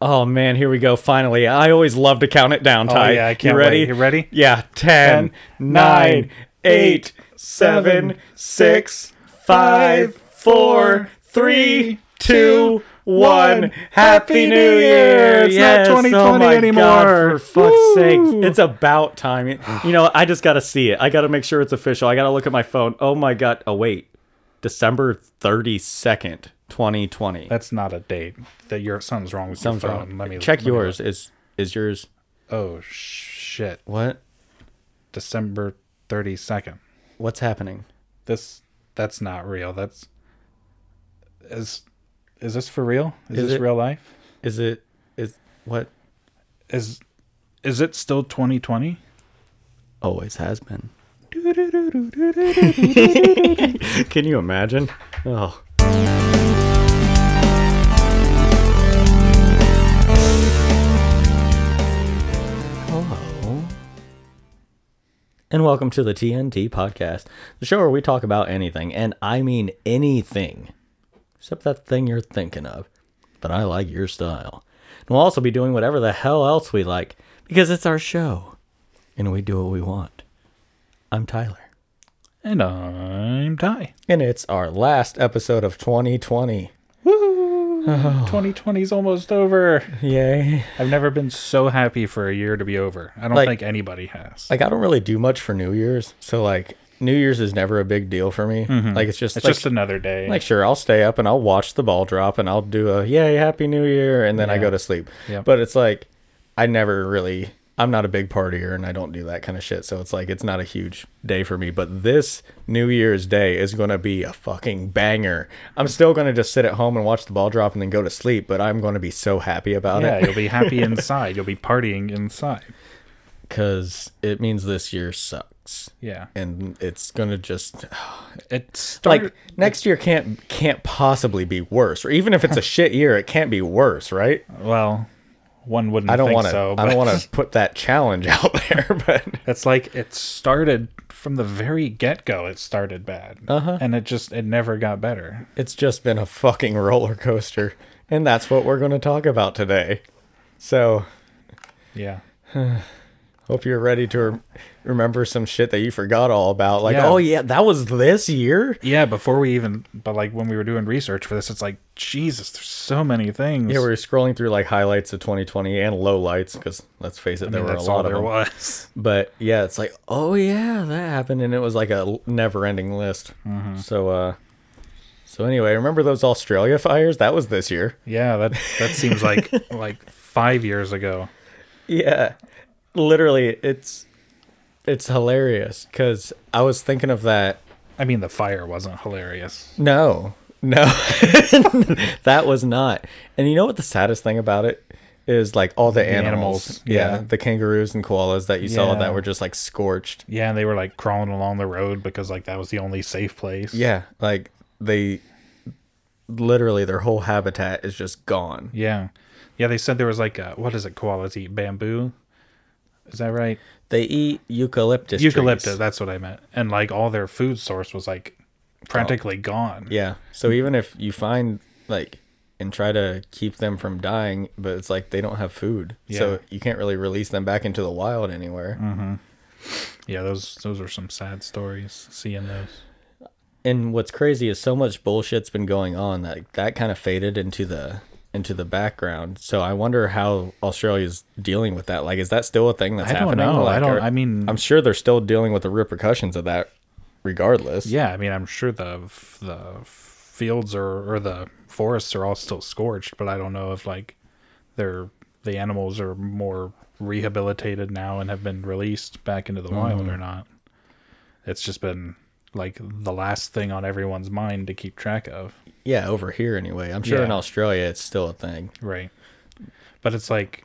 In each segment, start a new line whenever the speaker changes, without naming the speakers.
Oh man, here we go. Finally, I always love to count it down. Ty,
yeah, I can't
you ready?
wait. You ready?
Yeah, ten, nine, eight, seven, six, five, four, three, two, one. Happy New Year!
It's not
Yes,
2020
oh my
anymore.
God, for fuck's
Woo.
sake, it's about time. You know, I just got to see it. I got to make sure it's official. I got to look at my phone. Oh my God! Oh wait, December thirty second, twenty twenty.
That's not a date. That your something's wrong with
Sounds
your phone.
wrong.
Let me
Check
let me look.
yours. Is is yours
oh shit!
what?
December thirty second.
What's happening?
This that's not real. That's is is this for real? Is,
Is
this
it-
real life?
Is it is what
Is is it still twenty twenty?
always has been. Can you imagine? Oh. Hello. And welcome to the TNT podcast, the show where we talk about anything, and I mean anything, except that thing you're thinking of. But I like your style. And we'll also be doing whatever the hell else we like, because it's our show, and we do what we want. I'm Tyler.
And I'm Ty.
And it's our last episode of 2020. Oh.
Twenty twenty's almost over.
Yay.
I've never been so happy for a year to be over. I don't
Like-
think anybody has.
Like, I don't really do much for New Year's. So, like, New Year's is never a big deal for me. Like, Mm-hmm. it's just,
it's
like,
just another day.
like, sure, I'll stay up and I'll watch the ball drop and I'll do a yay, happy New Year. And then I
Yeah.
go to sleep.
Yeah.
But it's like, I never really, I'm not a big partier and I don't do that kind of shit. So, it's like, it's not a huge day for me. But this New Year's Day is going to be a fucking banger. I'm still going to just sit at home and watch the ball drop and then go to sleep. But I'm going to be so happy about it.
yeah, you'll be happy inside. You'll be partying inside.
because it means this year sucks
Yeah.
and it's gonna just
It started
like next year can't can't possibly be worse or even if it's a shit year it can't be worse right
well, one wouldn't
i don't
think
want to
so.
i don't
but-
want to put that challenge out there but
It's like it started from the very get go. It started bad, uh-huh. and it just it never got better.
it's just been a fucking roller coaster and that's what we're going to talk about today so
Yeah,
hope you're ready to rem- remember some shit that you forgot all about like
Yeah.
oh yeah that was this year
yeah. Before we even, but like when we were doing research for this, it's like Jesus. There's so many things.
yeah, we were scrolling through like highlights of 2020 and lowlights because let's face it, there were a
that's
lot
all
of
there
them.
was.
but yeah it's like oh yeah that happened and it was like a never ending list
Mm-hmm.
so uh so anyway remember those australia fires that was this year
Yeah, that that seems like like five years ago.
yeah literally it's it's hilarious because i was thinking of that
I mean, the fire wasn't hilarious.
no no that was not and you know what the saddest thing about it is like all the animals,
animals,
yeah.
yeah.
the kangaroos and koalas that you saw
Yeah.
that were just like scorched
Yeah, and they were like crawling along the road because like that was the only safe place.
yeah like they literally their whole habitat is just gone
yeah, yeah. They said there was like a, what is it? Koalas eat bamboo. Is that right?
They eat eucalyptus.
eucalyptus
trees.
that's what i meant and like all their food source was like practically gone
Oh. Yeah. So even if you find like and try to keep them from dying, but it's like they don't have food,
Yeah. Mm.
so you can't really release them back into the wild anywhere.
yeah those those are some sad stories seeing those
And what's crazy is so much bullshit's been going on that that kind of faded into the into the background. So I wonder how Australia's dealing with that. Like, is that still a thing that's
I don't
happening?
know. I
Like,
don't-
are-
I mean-
I'm sure they're still dealing with the repercussions of that, regardless.
yeah i mean i'm sure the f- the fields or or the forests are all still scorched but i don't know if like they're the animals are more rehabilitated now and have been released back into the wild or not it's just been like the last thing on everyone's mind to keep track of
Yeah, over here anyway. I'm sure in
Yeah.
Australia it's still a thing.
Right. But it's like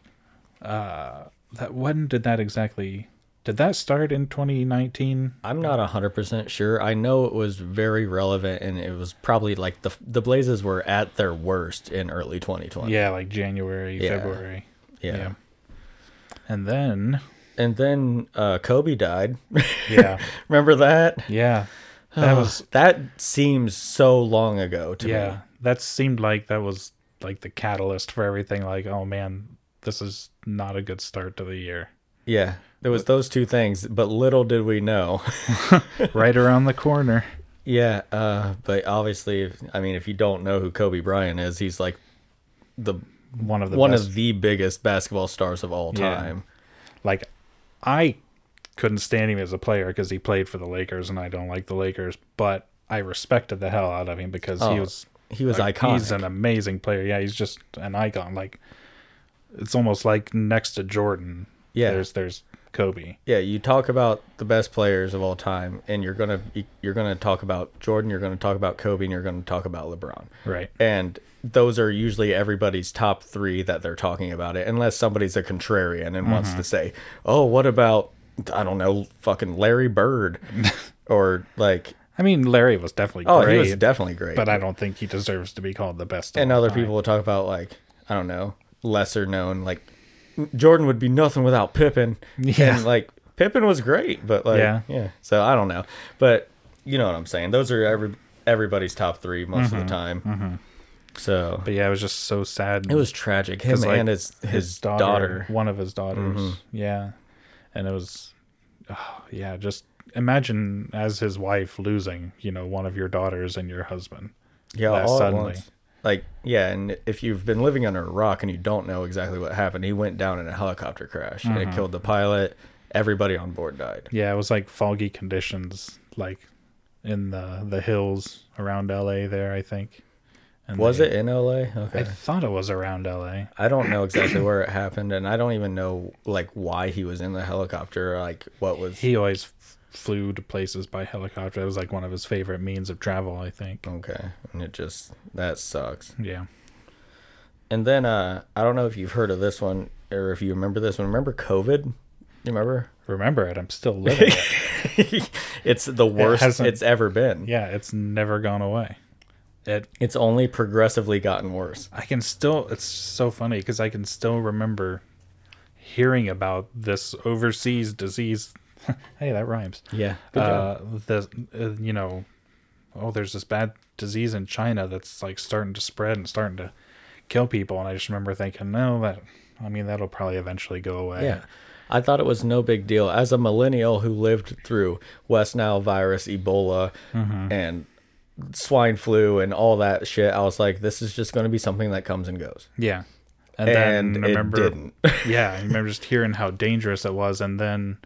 uh that when did that exactly did that start in 2019?
I'm not 100% sure. I know it was very relevant and it was probably like the the blazes were at their worst in early 2020.
Yeah, like January,
Yeah.
February.
Yeah.
And then
And then uh, Kobe died.
yeah.
Remember that?
yeah. That was
That seems so long ago to
yeah.
me.
That seemed like that was like the catalyst for everything. Like, oh man, this is not a good start to the year.
Yeah. There was those two things, but little did we know.
right around the corner.
Yeah, uh, but obviously, if- I mean, if you don't know who Kobe Bryant is, he's like the
One of the
one
best.
of the biggest basketball stars of all
Yeah.
time.
like, I couldn't stand him as a player because he played for the Lakers, and I don't like the Lakers, but I respected the hell out of him because he
Oh,
was
He was
like,
iconic.
He's an amazing player. Yeah, he's just an icon. Like it's almost like next to Jordan.
Yeah.
there's there's Kobe.
yeah, you talk about the best players of all time, and you're gonna you're gonna talk about Jordan, you're gonna talk about Kobe, and you're gonna talk about LeBron.
Right.
And those are usually everybody's top three that they're talking about it, unless somebody's a contrarian and wants
Mm-hmm.
to say, "Oh, what about I don't know, fucking Larry Bird," or like,
I mean, Larry was definitely
"Oh,
great,
he was definitely great."
but I don't think he deserves to be called the best. of
and
all
other
time.
people will talk about like I don't know lesser known like Jordan would be nothing without Pippen.
Yeah.
and like Pippen was great, but like
Yeah.
yeah, So I don't know, but you know what I'm saying. Those are every everybody's top three most of the time. So
Mm-hmm. But yeah, it was just so sad.
it was tragic. Him
'Cause, like,
and his his, daughter.
one of his daughters. Yeah, and it was, oh, yeah, just imagine as his wife losing, you know, one of your daughters and your husband.
Yeah,
last
all
suddenly.
At once. Like yeah, and if you've been living under a rock and you don't know exactly what happened, he went down in a helicopter crash. It
Mm-hmm.
killed the pilot. Everybody on board died.
Yeah, it was like foggy conditions, like in the the hills around L.A. There, I think. And
Was
they-
it in LA? Okay.
I thought it was around L.A.
I don't know exactly where it happened, and I don't even know like why he was in the helicopter. or, Like what was
He always f- flew to places by helicopter. It was like one of his favorite means of travel, I think.
okay, and it just that sucks.
Yeah.
And then uh, I don't know if you've heard of this one or if you remember this one. Remember COVID? You remember?
Remember it. I'm still living. it.
it's the worst
hasn't-
it's ever been.
Yeah, it's never gone away. It.
It's only progressively gotten worse.
I can still. It's so funny because I can still remember hearing about this overseas disease. hey, that rhymes.
Yeah.
uh, the uh, you know, oh, there's this bad disease in China that's like starting to spread and starting to kill people, and I just remember thinking, no, that I mean that'll probably eventually go away.
Yeah. I thought it was no big deal. As a millennial who lived through West Nile virus, Ebola,
Mm-hmm.
and swine flu and all that shit, I was like, this is just going to be something that comes and goes.
yeah. And,
And
then
it
remember,
didn't.
yeah, I remember just hearing how dangerous it was, and then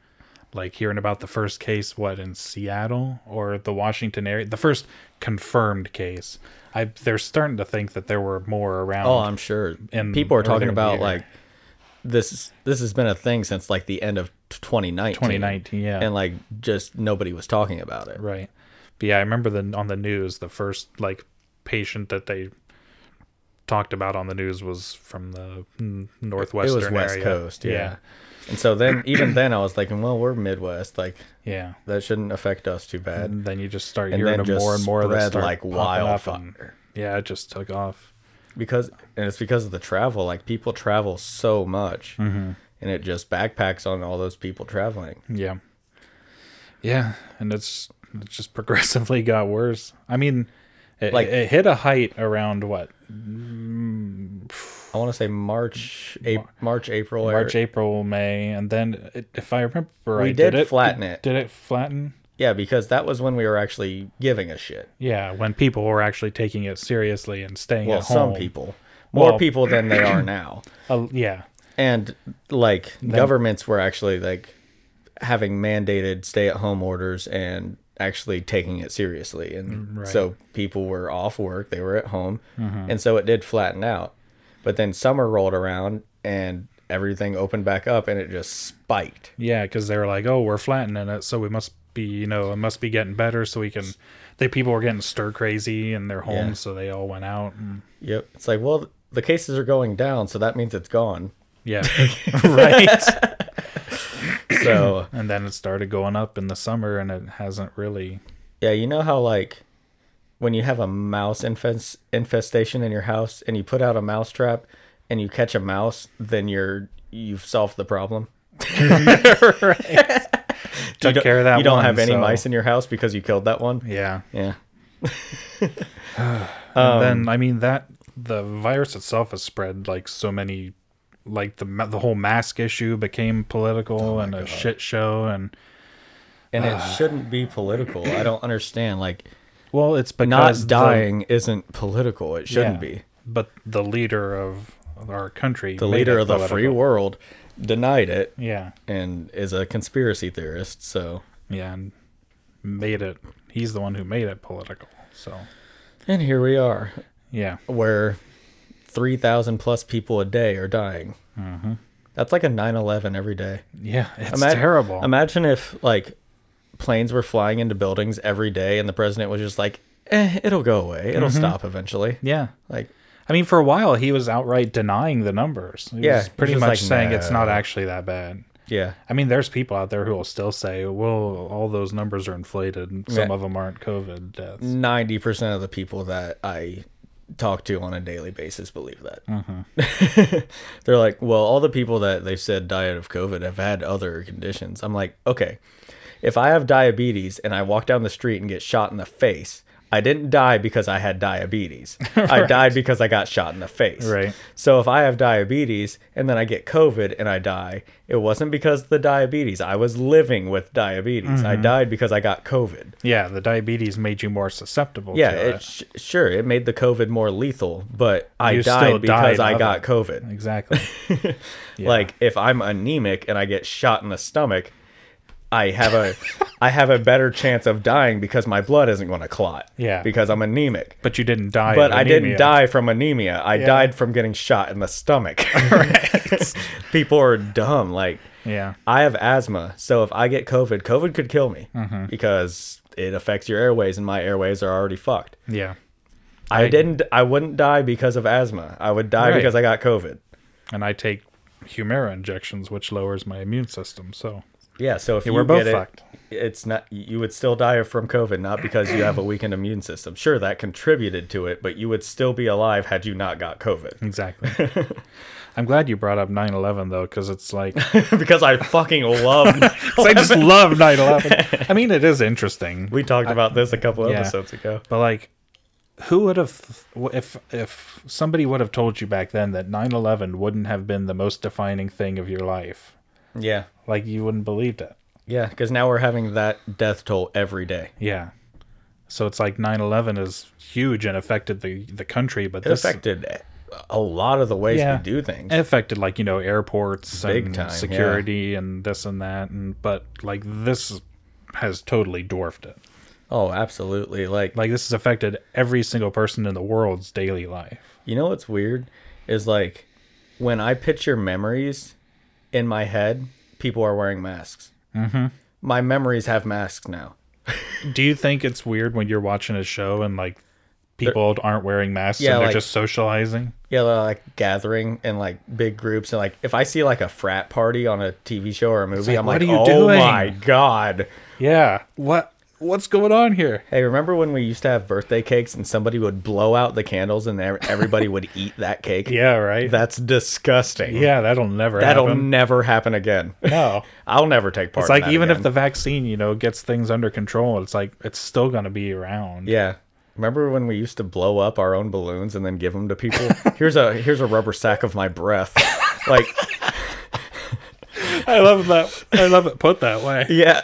like hearing about the first case, what in Seattle or the Washington area, the first confirmed case. I they're starting to think that there were more around.
Oh, I'm sure.
And
And people are talking
earlier
about
year.
like this. This has been a thing since like the end of 2019.
2019, yeah.
And like just nobody was talking about it.
Right. But yeah, I remember the on the news the first like patient that they talked about on the news was from the mm, northwestern
it was West
area.
Coast. Yeah.
yeah.
And so then, even then, I was thinking, well, we're Midwest. Like
Yeah.
that shouldn't affect us too bad.
And then you just start
And
hearing
then
of
just
more and more that
spread
start
like
popping up and-
wildfire.
Yeah, it just took off.
because and it's because of the travel like people travel so much
Mm-hmm.
and it just backpacks on all those people traveling
Yeah. Yeah, and it's it just progressively got worse. I mean, it,
Like-
it hit a height around what
i want to say march April, march april or-
March, April, May, and then it, if I remember right,
did
it
flatten it.
Did it flatten?
yeah because that was when we were actually giving a shit
Yeah, when people were actually taking it seriously and staying
well
at
some
home.
people more
Well-
people than they are now
Uh, yeah,
and like governments were actually like having mandated stay at home orders and actually taking it seriously and so people were off work they were at home and so it did flatten out but then summer rolled around and everything opened back up and it just spiked
yeah, because they were like, "Oh, we're flattening it, so we must be, you know, it must be getting better, so we can." They people were getting stir crazy in their homes, so they all went out. And,
yep it's like well the cases are going down so that means it's gone
yeah, right.
so
And then it started going up in the summer, and it hasn't really.
Yeah, you know how like when you have a mouse infest- infestation in your house and you put out a mouse trap and you catch a mouse, then you're you've solved the problem.
Took
you don't-
care of that.
You don't
one,
have any
so-
mice in your house because you killed that one.
Yeah.
Yeah. Um,
And then I mean that the virus itself has spread like so many like the ma- the whole mask issue became political
Oh
and a shit show and
and it shouldn't be political. I don't understand. Like
well it's
not
because the-
dying isn't political. It shouldn't
yeah,
be.
but the leader of our country
The
made
leader
it
of the free
political.
world denied it
yeah
and is a conspiracy theorist. So
yeah and made it he's the one who made it political so
and here we are,
yeah
where three thousand plus people a day are dying. That's like a 9-11 every day.
yeah Mm-hmm. it's
Ima-
terrible
Imagine if like planes were flying into buildings every day, and the president was just like, eh, "It'll go away. It'll stop eventually."
Mm-hmm. yeah
Like,
I mean, for a while, he was outright denying the numbers. He
Yeah,
was pretty
he was
much
like,
saying it's not
"No."
actually that bad.
yeah,
I mean, there's people out there who will still say, well, all those numbers are inflated. and Some
Yeah.
of them aren't COVID deaths.
ninety percent of the people that I talk to on a daily basis believe that. They're like, "Well, all the people that they said died of COVID have had other conditions." I'm like, "Okay, if I have diabetes and I walk down the street and get shot in the face." I didn't die because I had diabetes. I died because I got shot in the face.
Right.
So if I have diabetes and then I get COVID and I die, it wasn't because of the diabetes. I was living with diabetes. I died because I got COVID.
Yeah, the diabetes made you more susceptible
Yeah,
to it.
it, sh- sure, it made the COVID more lethal, but I
You still
died because
died
I
of
got
it.
COVID.
Exactly. Yeah.
Like if I'm anemic and I get shot in the stomach, I have a I have a better chance of dying because my blood isn't going to clot.
Yeah.
because I'm anemic.
But you didn't die.
But
of
I didn't
anemia.
die from anemia. I died from getting shot in the stomach. People are dumb. Like
Yeah.
I have asthma, so if I get COVID, COVID could kill me
Mm-hmm.
because it affects your airways, and my airways are already fucked.
Yeah.
I didn't. I wouldn't die because of asthma. I would die
Right.
because I got COVID.
And I take Humira injections, which lowers my immune system. So,
Yeah. So if you
we're both
get it,
fucked.
it's not. You would still die from COVID, not because you have a weakened immune system. Sure, that contributed to it, but you would still be alive had you not got COVID.
exactly. I'm glad you brought up 9 11, though, because it's like.
because I fucking love.
'Cause I just love 9 11. I mean, it is interesting.
we talked about this a couple
Yeah.
episodes ago.
But like, who would have if if somebody would have told you back then that 9/11 wouldn't have been the most defining thing of your life?
Yeah.
Like you wouldn't believed it.
Yeah. Because now we're having that death toll every day.
Yeah. So it's like 9/11 is huge and affected the the country, but
It
this
affected a lot of the ways
Yeah.
we do things.
it affected like you know airports
Big
and
time, yeah.
security and this and that and but like this has totally dwarfed it.
oh, absolutely. Like
Like this has affected every single person in the world's daily life.
You know what's weird is like when I picture memories in my head, people are wearing masks. Mm-hmm. My memories have masks now.
Do you think it's weird when you're watching a show and like people aren't wearing masks
Yeah,
and they're
like-
just socializing?
Yeah, they're like gathering in like big groups, and like if I see like a frat party on a TV show or a movie,
like,
I'm
what
like,
are you
oh
doing?"
my god!
Yeah. What what's going on here?
Hey, remember when we used to have birthday cakes and somebody would blow out the candles and ev- everybody would eat that cake?
Yeah, right.
that's disgusting.
yeah, that'll never
that'll
happen.
never happen again.
No.
I'll never take part.
It's
in
like
that
even
again.
if the vaccine, you know, gets things under control, it's like it's still going to be around.
Yeah. Remember when we used to blow up our own balloons and then give them to people? here's a here's a rubber sack of my breath. Like,
I love that. I love it put that way.
yeah.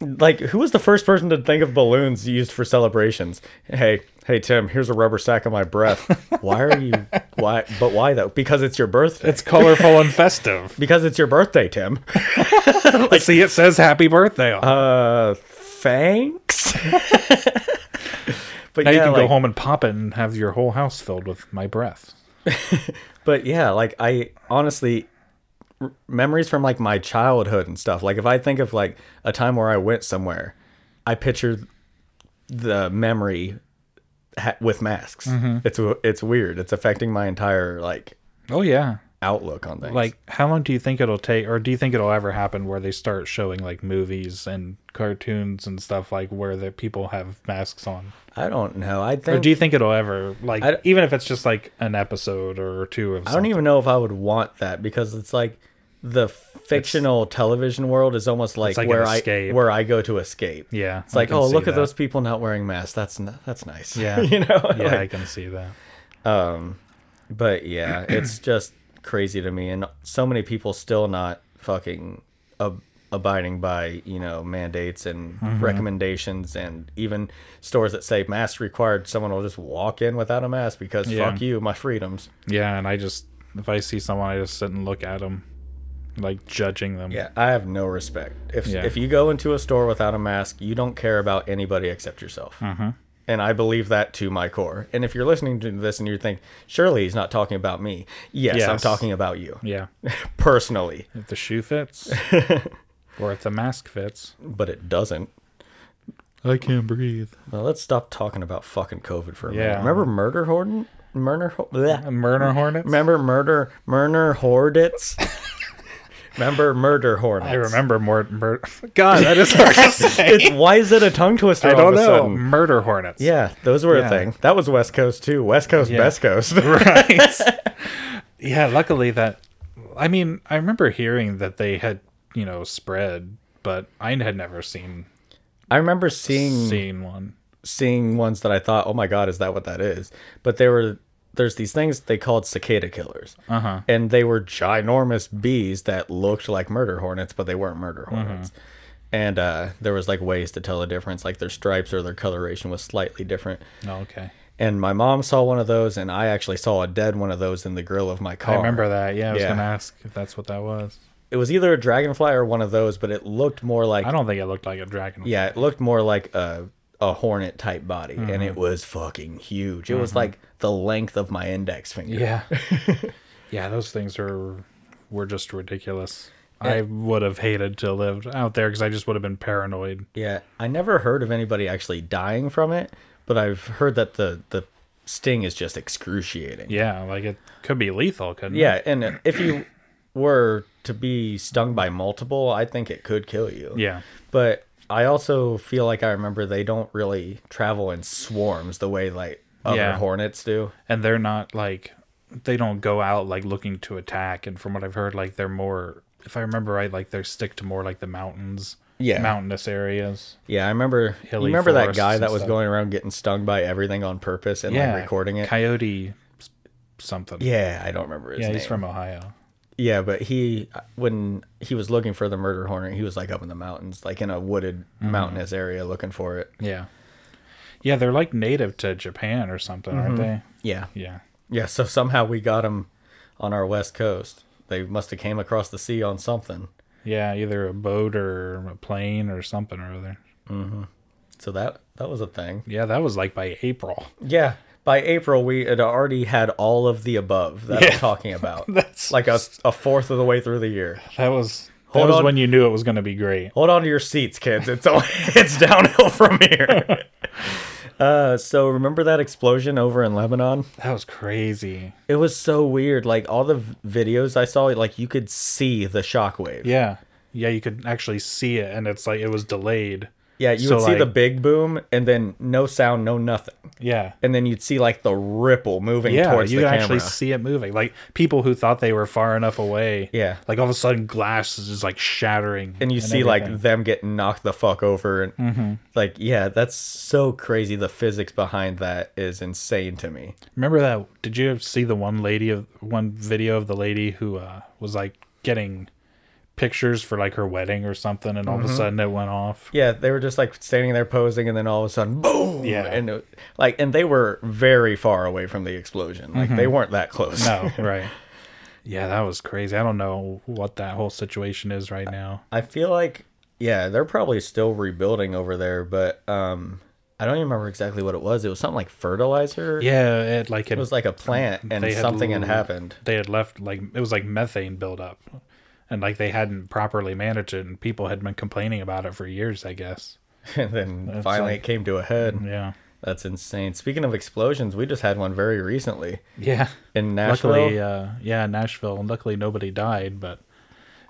Like, who was the first person to think of balloons used for celebrations? Hey, hey Tim, here's a rubber sack of my breath. Why are you why but why though? Because it's your birthday.
It's colorful and festive.
because it's your birthday, Tim.
See, it says happy birthday. on it.
Uh thanks. but
now
yeah,
you can go
like-
home and pop it and have your whole house filled with my breath.
But yeah, like I honestly r- memories from like my childhood and stuff. Like if I think of like a time where I went somewhere, I picture the memory ha- with masks.
Mm-hmm.
It's w- it's weird. It's affecting my entire like
Oh yeah.
outlook on things.
like how long do you think it'll take or do you think it'll ever happen where they start showing like movies and cartoons and stuff like where the people have masks on
I don't know. I
or
think
do you think it'll ever like
I-
even if it's just like an episode or two of
I don't
something
even know if I would want that because it's like the fictional television world is almost like,
like an
where I
escape.
where I go to escape.
yeah
It's like,
can
oh,
see
look at
that.
those people not wearing masks. That's n- that's nice.
Yeah.
you know.
yeah
Like,
i can see that
But yeah, it's just crazy to me, and so many people still not fucking ab- abiding by you know mandates and
Mm-hmm.
recommendations, and even stores that say masks required, someone will just walk in without a mask because
Yeah.
fuck you, my freedoms.
Yeah, and I just if I see someone, I just sit and look at them, like judging them.
Yeah, I have no respect. If
Yeah.
if you go into a store without a mask, you don't care about anybody except yourself.
Mm-hmm.
And I believe that to my core. And if you're listening to this and you think, surely he's not talking about me. Yes, I'm
Yes.
talking about you
Yeah.
personally,
If the shoe fits, or if the mask fits,
but it doesn't.
I can't breathe.
Well, let's stop talking about fucking COVID for a minute.
Yeah.
Remember Murder Horton? Murder? Ho- bleh.
Murder hornets.
Remember Murder Murder Hornets? Remember Murder Hornets?
I remember more. Mur- God, that is hard to say.
It's, why is it a tongue twister?
I
all
don't
of a
know.
Sudden?
Murder hornets.
Yeah, those were
Yeah.
a thing. That was West Coast too. West Coast,
Yeah.
Best Coast.
right. yeah, luckily that. I mean, I remember hearing that they had, you know, spread, but I had never seen
I remember seeing
seen one.
seeing ones that I thought, "Oh my god, is that what that is?" But they were there's these things they called cicada killers.
Uh-huh.
And they were ginormous bees that looked like murder hornets, but they weren't murder
Mm-hmm.
hornets. And uh, there was like ways to tell the difference, like their stripes or their coloration was slightly different.
Oh, okay.
And my mom saw one of those, and I actually saw a dead one of those in the grill of my car.
I remember that. Yeah, I was
Yeah.
gonna ask if that's what that was.
it was either a dragonfly or one of those, but it looked more like
I don't think it looked like a dragon.
yeah, it looked more like a a hornet type body,
Mm-hmm.
and it was fucking huge. It was like the length of my index finger.
Yeah. yeah, those things are were just ridiculous. I would have hated to live out there because I just would have been paranoid.
Yeah, I never heard of anybody actually dying from it, but I've heard that the the sting is just excruciating.
Yeah, like it could be lethal, couldn't it?
Yeah, and if you were to be stung by multiple, I think it could kill you.
Yeah.
But I also feel like I remember they don't really travel in swarms the way like other
Yeah.
hornets do.
And they're not like they don't go out like looking to attack and from what I've heard, like they're more if I remember right, like they stick to more like the mountains.
Yeah.
Mountainous areas.
Yeah, I remember. You
hilly
remember that
forests
guy
and
that was
stuff.
going around getting stung by everything on purpose and
yeah.
like recording it?
Coyote s- something.
yeah, I don't remember his
Yeah,
name.
he's from Ohio.
yeah, but he uh, when he was looking for the murder hornet, he was like up in the mountains, like in a wooded
Mm-hmm.
mountainous area looking for it.
Yeah. Yeah, they're like native to Japan or something, aren't they?
Yeah,
Yeah.
yeah. So somehow we got him on our west coast. They must have came across the sea on something.
Yeah, either a boat or a plane or something or other.
So that that was a thing.
Yeah, that was like by April.
Yeah. By April, we had already had all of the above that I'm talking about.
That's-
like a, a fourth of the way through the year.
That was that
Hold
was
on.
when you knew it was going to be great.
hold on to your seats, kids. It's all, it's downhill from here. uh, so remember that explosion over in Lebanon?
That was crazy.
It was so weird. Like all the v- videos I saw, like you could see the shockwave. Yeah,
Yeah. Yeah, you could actually see it and it's like it was delayed.
you
So,
would see the
like-
big boom and then no sound, no nothing,
Yeah.
and then you'd see like the ripple moving
Yeah,
towards
you
the
could
camera.
actually see it moving. Like people who thought they were far enough away.
Yeah.
Like all of a sudden glass is just like shattering.
and Mm-hmm. you see like them getting knocked the fuck over and like yeah that's so crazy the physics behind that is insane to me
Remember that? Did you see the one lady of one video of the lady who uh, was like getting pictures for like her wedding or something, and all
Mm-hmm.
of a sudden it went off?
Yeah, they were just like standing there posing, and then all of a sudden, boom!
Yeah.
and it- like, and they were very far away from the explosion. Like, they weren't that close.
Mm-hmm. No, right? Yeah, that was crazy. I don't know what that whole situation is
Uh,
right now.
I feel like, yeah, they're probably still rebuilding over there, but um, I don't even remember exactly what it was. It was something like fertilizer.
Yeah, it like it,
it was like a plant, and
They had
something had
l-
happened.
they had left like it was like methane buildup, and like they hadn't properly managed it, and people had been complaining about it for years. I guess.
and then finally,
like-
it came to a head.
Yeah.
That's insane. Speaking of explosions, we just had one very recently
Yeah.
in Nashville.
Luckily, uh, yeah, Nashville. Luckily, nobody died, but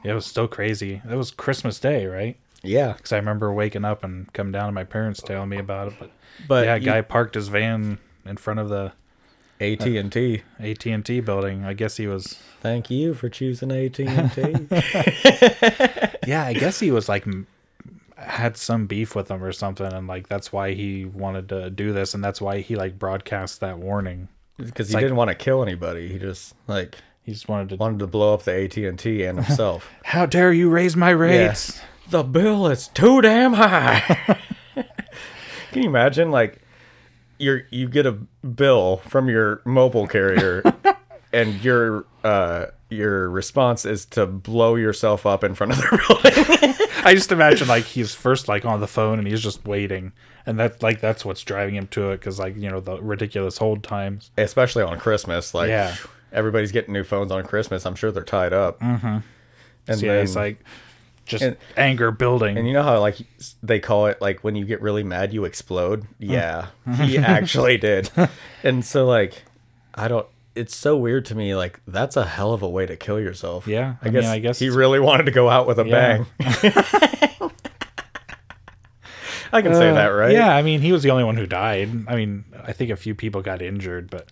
it was still crazy. It was Christmas Day, right?
yeah,
Because I remember waking up and coming down to my parents telling me about it. But,
But
yeah, a
you-
guy parked his van in front of the
AT and T.
AT and T building. I guess he was.
Thank you for choosing AT and T.
Yeah, I guess he was like m- had some beef with them or something, and like that's why he wanted to do this, and that's why he like broadcast that warning.
because he
like-
didn't want to kill anybody. He just like
He just wanted to.
wanted to blow up the AT and T and himself.
How dare you raise my rates?
Yes. The bill is too damn high. Can you imagine like you you get a bill from your mobile carrier and your uh your response is to blow yourself up in front of the building.
I just imagine like he's first like on the phone and he's just waiting, and that's like that's what's driving him to it because like you know the ridiculous hold times.
Especially on Christmas, like
Yeah.
everybody's getting new phones on Christmas. I'm sure they're tied up. Mm-hmm. And
So, yeah,
then,
it's like just
and-
anger building.
and you know how like they call it like when you get really mad you explode? Yeah. He actually did. And so like I don't it's so weird to me like that's a hell of a way to kill yourself.
Yeah,
I,
I mean,
guess
I guess
he
it's-
really wanted to go out with a
Yeah.
bang. I can say
Uh,
that, right?
Yeah, I mean he was the only one who died. I mean I think a few people got injured, but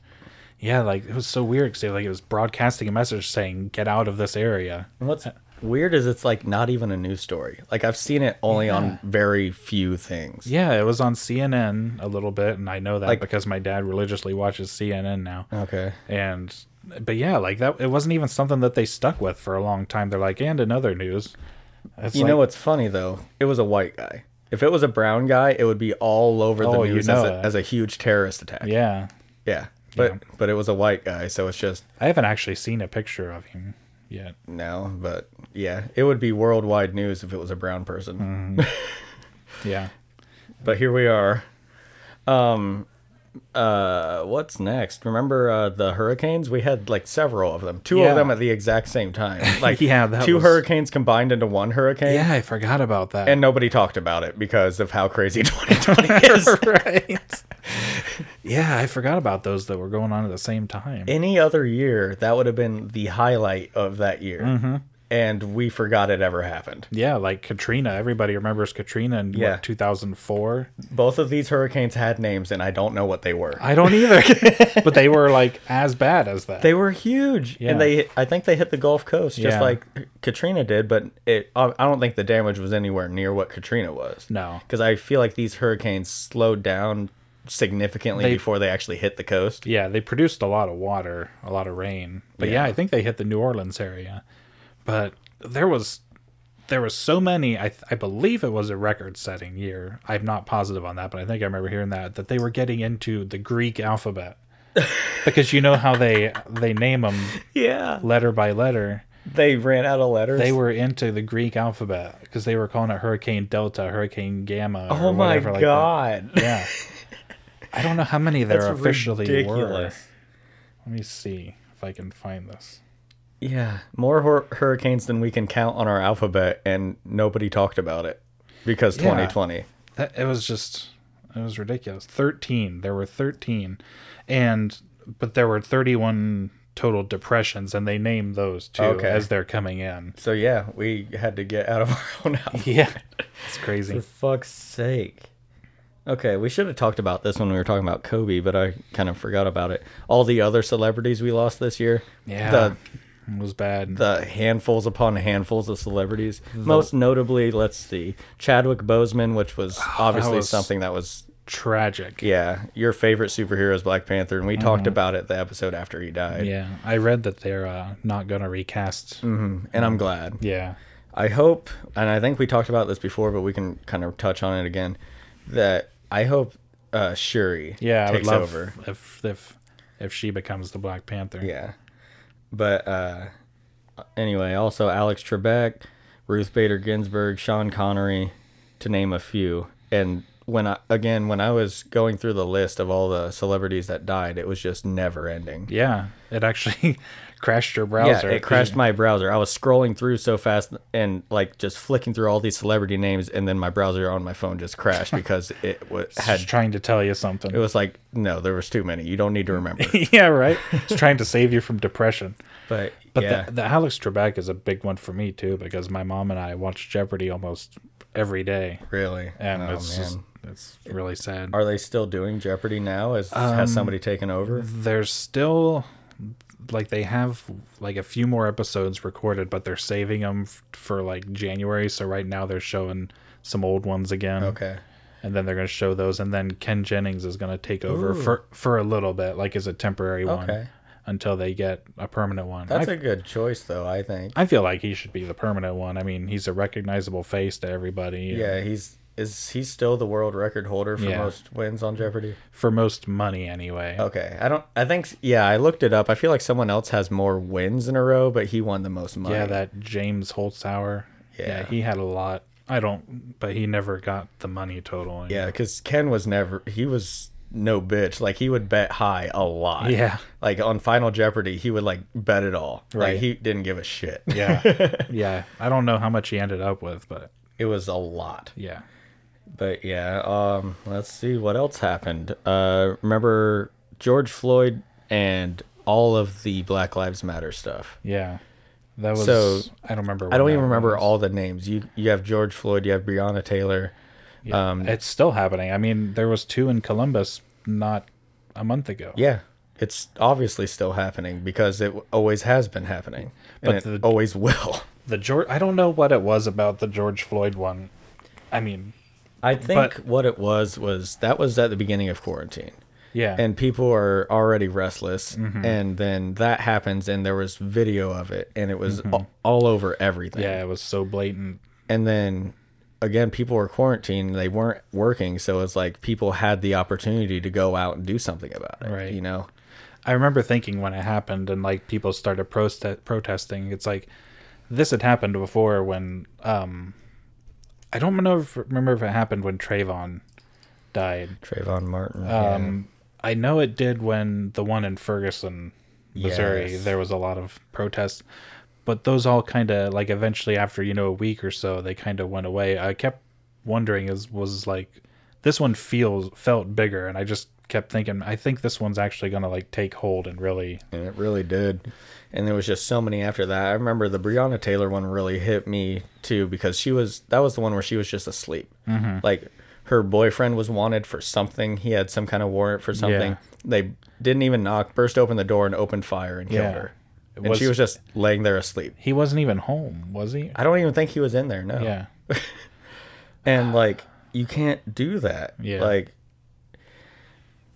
yeah, like it was so weird because like it was broadcasting a message saying get out of this area.
And What's weird is it's like not even a news story. Like I've seen it only on very few things.
Yeah, it was on CNN a little bit, and I know that
Like-
because my dad religiously watches CNN now.
Okay.
and but yeah like that it wasn't even something that they stuck with for a long time they're like and another news it's
You
like,
know what's funny though? It was a white guy. If it was a brown guy, it would be all over the
Oh, you
news
know
as, a,
that.
as a huge terrorist attack. Yeah,
yeah
but
Yeah.
but it was a white guy, so it's just
i haven't actually seen a picture of him yet
no. But yeah, it would be worldwide news if it was a brown person.
Mm-hmm. yeah
But here we are. Um, uh, what's next? Remember uh, the hurricanes? We had like several of them. Two
Yeah.
of them at the exact same time. Like
Yeah, that
two
was-
hurricanes combined into one hurricane.
yeah i forgot about that
And nobody talked about it because of how crazy 2020 is.
right yeah i forgot about those that were going on at the same time
any other year, that would have been the highlight of that year.
Mm-hmm.
And we forgot it ever happened.
yeah like katrina everybody remembers katrina in
Yeah.
what 2004
Both of these hurricanes had names, and I don't know what they were.
i don't either but they were like as bad as that
They were huge,
Yeah.
and they I think they hit the Gulf Coast just
Yeah.
like Katrina did, but it I I don't think the damage was anywhere near what Katrina was.
no
because I feel like these hurricanes slowed down significantly
They-
before they actually hit the coast.
Yeah, they produced a lot of water, a lot of rain. But yeah.
Yeah.
I think they hit the New Orleans area. But there was there was so many. I I believe it was a record-setting year. I'm not positive on that, but I think I remember hearing that that they were getting into the Greek alphabet. because you know how they they name them
Yeah,
letter by letter.
they ran out of letters.
They were into the Greek alphabet because they were calling it Hurricane Delta, Hurricane Gamma. Or
oh my
whatever like that.
god,
Yeah. I don't know how many there
That's
officially were.
ridiculous.
Let me see if I can find this.
Yeah, more hur- hurricanes than we can count on our alphabet, and nobody talked about it because
Yeah.
2020.
That it was just it was ridiculous. 13. There were 13 and but there were 31 total depressions and they named those too
Okay.
as they're coming in.
So yeah, we had to get out of our own alphabet.
Yeah. It's crazy.
For fuck's sake. Okay, we should have talked about this when we were talking about Kobe, but I kind of forgot about it. All the other celebrities we lost this year.
Yeah.
The
it was bad.
the handfuls upon handfuls of celebrities. Most notably, let's see, Chadwick Boseman, which was obviously
Oh, was-
something that was
Tragic.
yeah, your favorite superhero is Black Panther, and we talked about it the episode after he died.
Mm-hmm. Yeah. I read that they're uh, not going to recast.
And I'm glad.
Yeah.
I hope, and I think we talked about this before, but we can kind of touch on it again. That I hope uh, Shuri
Yeah, I would
takes
love
over.
if if if she becomes the Black Panther.
Yeah, but uh, anyway, also Alex Trebek, Ruth Bader Ginsburg, Sean Connery, to name a few. And when I again when I was going through the list of all the celebrities that died, it was just never ending.
Yeah, it actually crashed your
Yeah,
browser.
it crashed my browser. I was scrolling through so fast and like just flicking through all these celebrity names, and then my browser on my phone just crashed because it was
It's
had.
just trying to tell you
It
something.
was like no, there was too many. You don't need to remember.
yeah, right. It's trying to save you from depression.
But,
But
yeah,
the, the Alex Trebek is a big one for me too because my mom and I watch Jeopardy almost every day,
really.
and
Oh,
it's just, it's really sad.
Are they still doing Jeopardy now? Is
Um,
has somebody taken over?
There's still like they have like a few more episodes recorded, but they're saving them f- for like January. So right now they're showing some old ones again.
Okay.
and then they're going to show those, and then Ken Jennings is going to take over
Ooh.
for for a little bit, like as a temporary
Okay.
one, until they get a permanent one.
That's
I,
a good choice, though. I think.
I feel like he should be the permanent one. I mean, he's a recognizable face to everybody. and
Yeah, he's is he still the world record holder for
Yeah.
most wins on Jeopardy?
For most money, anyway.
Okay, I don't. I think yeah, I looked it up. I feel like someone else has more wins in a row, but he won the most money.
Yeah, that James Holzhauer.
Yeah.
he had a lot. I don't, but he never got the money total.
yeah, because Ken was never. He was no bitch. Like he would bet high a lot.
Yeah.
Like on Final Jeopardy, he would like bet it all. Like
Right.
he didn't give a shit.
Yeah. yeah. I don't know how much he ended up with, but
it was a lot.
yeah.
But yeah, um, let's see what else happened. Uh, remember George Floyd and all of the Black Lives Matter stuff.
Yeah. That was
So,
I don't remember.
I don't
when
even
that
remember
was.
all the names. You you have George Floyd, you have Breonna Taylor.
Yeah.
um,
it's still happening. I mean, there was two in Columbus not a month ago.
Yeah, it's obviously still happening because it always has been happening, and
But
it
the-
always will.
The George I don't know what it was about the George Floyd one. I mean,
I think what it was was that was at the beginning of quarantine.
yeah.
and people are already restless
Mm-hmm.
and then that happens and there was video of it and it was a- all over everything
Mm-hmm. yeah, it was so blatant.
and then again people were quarantined they weren't working so it's like people had the opportunity to go out and do something about it
Right.
you know
I remember thinking when it happened and like people started proste- protesting. It's like this had happened before when um I don't know if, remember if it happened when Trayvon died.
Trayvon Martin
Um, I know it did when the one in Ferguson, Missouri,
Yes.
there was a lot of protests, but those all kind of like eventually after you know a week or so they kind of went away. I kept wondering is was like this one feels felt bigger, and I just kept thinking I think this one's actually gonna like take hold and really
and it really did and there was just so many after that i remember the breonna taylor one really hit me too because she was that was the one where she was just asleep
Mm-hmm.
like her boyfriend was wanted for something he had some kind of warrant for something
Yeah.
they didn't even knock burst open the door and opened fire and killed
Yeah.
her
It
and
was-
she was just laying there asleep
he wasn't even home, was he?
i don't even think he was in there no
Yeah,
and like you can't do that
Yeah.
like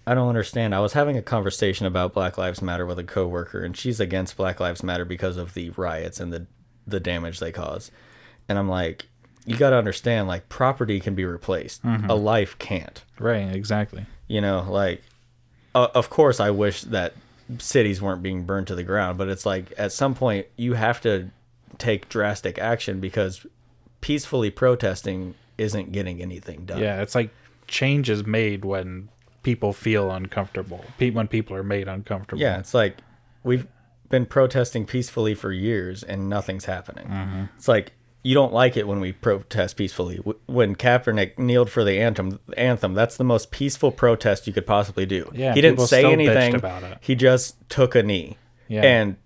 i don't understand i was having a conversation about black lives matter with a coworker and she's against black lives matter because of the riots and the the damage they cause and i'm like you got to understand like property can be replaced a life can't
right, exactly.
you know like uh, of course i wish that cities weren't being burned to the ground but it's like at some point you have to take drastic action because peacefully protesting isn't getting anything done
Yeah, it's like change is made when people feel uncomfortable. Pe- when people are made uncomfortable.
yeah it's like we've been protesting peacefully for years and nothing's happening
Mm-hmm.
it's like you don't like it when we protest peacefully. W- When Kaepernick kneeled for the anthem, anthem, that's the most peaceful protest you could possibly do.
Yeah,
he didn't
people
say
still bitched
anything.
about it.
He just took a knee.
Yeah.
And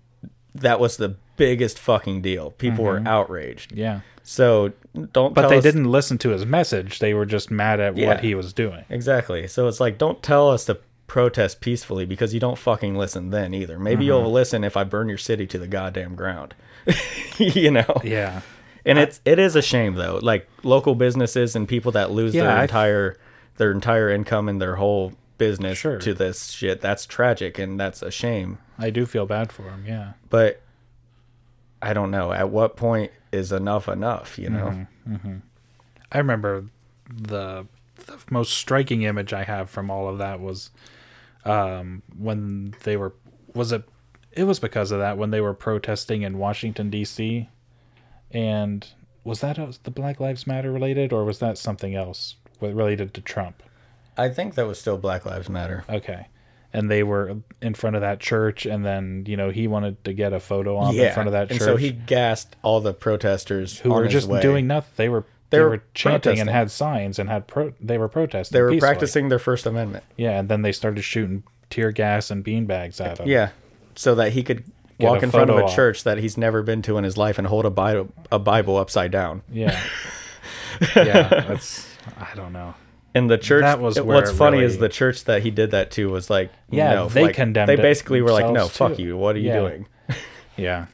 that was the biggest fucking deal. People were outraged.
Yeah.
So don't
Mm-hmm. But
tell
they
us-
didn't listen to his message. They were just mad at
Yeah.
what he was doing.
Exactly. So it's like don't tell us to protest peacefully because you don't fucking listen then either. Maybe
Mm-hmm.
you'll listen if I burn your city to the goddamn ground. you know.
Yeah.
And it's it is a shame though. Like local businesses and people that lose
Yeah,
their
I-
entire their entire income and their whole business
Sure.
to this shit. That's tragic and that's a shame.
I do feel bad for him. Yeah.
but I don't know. At what point is enough enough? You know,
Mm-hmm. I remember the, the most striking image I have from all of that was um, when they were, was it, it was because of that when they were protesting in Washington, D.C. And was that uh, the Black Lives Matter related or was that something else wa- related to Trump?
I think that was still Black Lives Matter.
Okay. And they were in front of that church, and then you know he wanted to get a photo op in front of that church.
and so he gassed all the protesters
who
on
were
his
just
way.
doing nothing. They were they,
were
were chanting
protesting.
and had signs and had pro. They were protesting.
They were
peacefully.
practicing their First Amendment.
Yeah, and then they started shooting tear gas and beanbags at them.
Yeah, so that he could
Get
walk
a
in front of
photo
a
op.
church that he's never been to in his life and hold a Bible, a Bible upside down.
yeah, yeah. That's I don't know.
And the church.
That was
it-
where
what's
it
funny is
really-
the church that he did that to was like,
Yeah,
no,
they
like,
condemned
They
it
basically were like, no,
themselves,
fuck
too.
you. What are you
Yeah.
doing?
Yeah,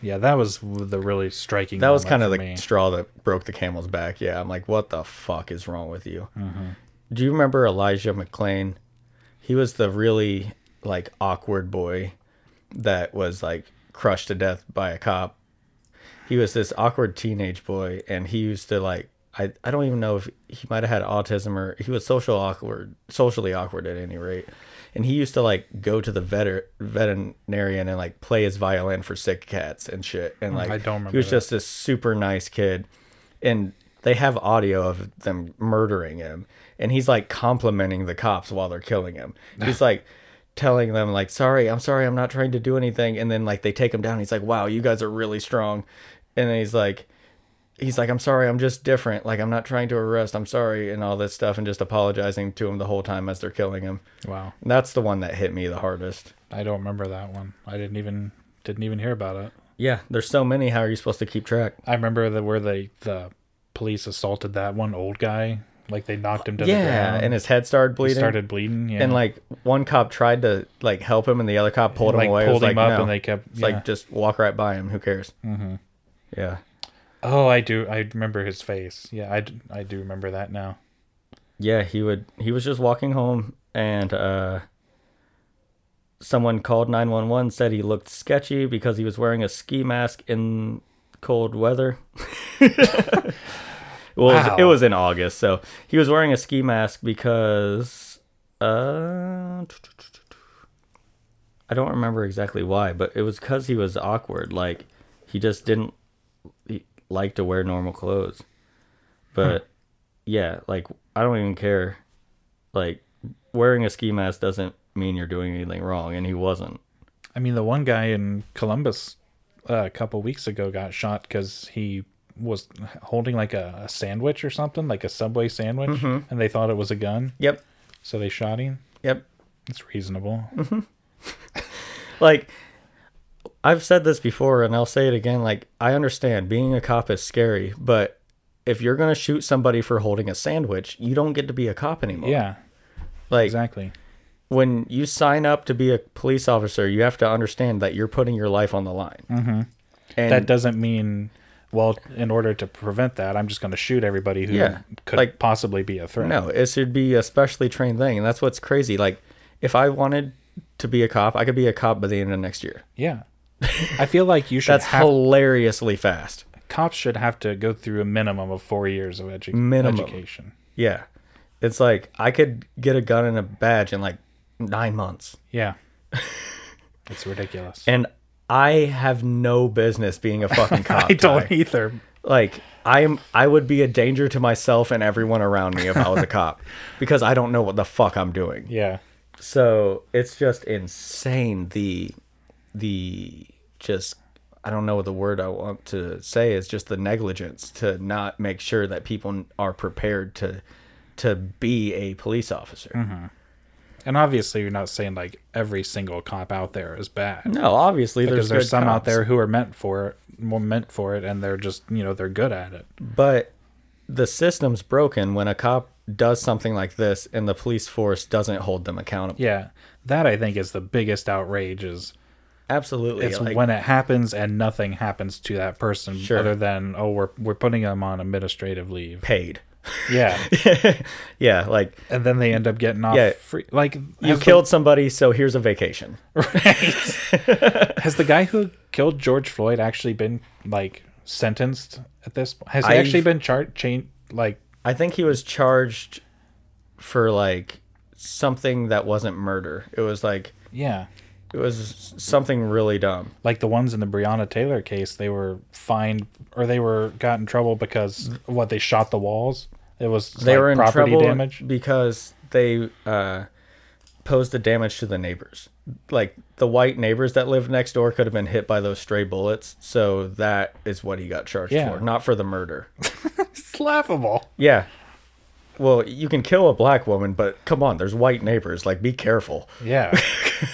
yeah, that was the really striking.
That was
moment
kind of
for
the
me.
straw that broke the camel's back. Yeah, I'm like, what the fuck is wrong with you?
Mm-hmm.
Do you remember Elijah McClain? He was the really like awkward boy that was like crushed to death by a cop. He was this awkward teenage boy, and he used to like I, I don't even know if he might have had autism or he was social awkward, socially awkward at any rate. And he used to like go to the veter- veterinarian and like play his violin for sick cats and shit. And like
Mm, I don't
he was
remember that.
just this super nice kid, and they have audio of them murdering him, and he's like complimenting the cops while they're killing him. He's like telling them like sorry i'm sorry i'm not trying to do anything and then like they take him down he's like wow you guys are really strong and then he's like he's like i'm sorry i'm just different like i'm not trying to arrest i'm sorry and all this stuff and just apologizing to him the whole time as they're killing him
Wow,
and that's the one that hit me the hardest
I don't remember that one. I didn't even didn't even hear about it.
yeah there's so many how are you supposed to keep track
I remember the where they the police assaulted that one old guy. Like they knocked him to the
yeah
ground
and his head started
he
bleeding
started bleeding. Yeah.
and like one cop tried to like help him and the other cop pulled
Like,
him away It was
pulled him
like,
up
no.
and they kept
It's
yeah.
like just walk right by him who cares mm-hmm. yeah
Oh, I do. I remember his face. Yeah, I, d- I do remember that now.
yeah he would he was just walking home and uh someone called 911 said he looked sketchy because he was wearing a ski mask in cold weather well it, was, it
Wow.
was in august so he was wearing a ski mask because uh i don't remember exactly why but it was because he was awkward like he just didn't he like to wear normal clothes but yeah, like I don't even care. Like wearing a ski mask doesn't mean you're doing anything wrong, and he wasn't.
I mean, the one guy in Columbus uh, a couple weeks ago got shot because he was holding like a, a sandwich or something, like a Subway sandwich,
Mm-hmm.
and they thought it was a gun,
Yep,
so they shot him.
yep.
It's reasonable.
Oh. Like I've said this before, and I'll say it again. Like I understand being a cop is scary, but if you're gonna shoot somebody for holding a sandwich, you don't get to be a cop anymore.
Yeah,
like
exactly.
when you sign up to be a police officer, you have to understand that you're putting your life on the line. Mm-hmm. And
That doesn't mean well. In order to prevent that, I'm just going to shoot everybody who
Yeah,
could
like-
possibly be a threat.
No, it should be a specially trained thing, and that's what's crazy. Like, if I wanted to be a cop, I could be a cop by the end of next year.
Yeah, I feel like you should.
That's
have
hilariously fast.
cops should have to go through a minimum of four years of edu-
Minimum.
education.
Yeah, it's like I could get a gun and a badge in like nine months,
Yeah. it's ridiculous.
and I have no business being a fucking cop.
I don't
Ty.
either.
like. I am. I would be a danger to myself and everyone around me if I was a cop, because I don't know what the fuck I'm doing.
Yeah.
So it's just insane the the just I don't know what the word I want to say is just the negligence to not make sure that people are prepared to to be a police officer.
Mm-hmm. And obviously you're not saying like every single cop out there is bad.
No, obviously there's,
because there's
good
some out
cops,
there who are meant for it, more meant for it and they're just, you know, they're good at it.
but the system's broken when a cop does something like this and the police force doesn't hold them accountable.
Yeah. That I think is the biggest outrage is
Absolutely.
it's
like-
when it happens and nothing happens to that person other than oh we're we're putting them on administrative leave.
paid.
Yeah.
yeah, like
and then they end up getting off
Yeah.
free like
you
as the-
killed somebody, so here's a vacation.
Has the guy who killed George Floyd actually been like sentenced at this? point? Has he
I've-
actually been charged? Chain like
I think he was charged for like something that wasn't murder. It was like
yeah,
it was something really dumb.
like the ones in the Breonna Taylor case, they were fined or they were got in trouble because what they shot the walls. It was
They
like,
were in
property
trouble
damage.
because they uh, posed a damage to the neighbors. Like the white neighbors that lived next door could have been hit by those stray bullets. So that is what he got charged
Yeah.
for, not for the murder.
It's laughable.
yeah. Well, you can kill a black woman, but come on, there's white neighbors. Like, be careful.
Yeah,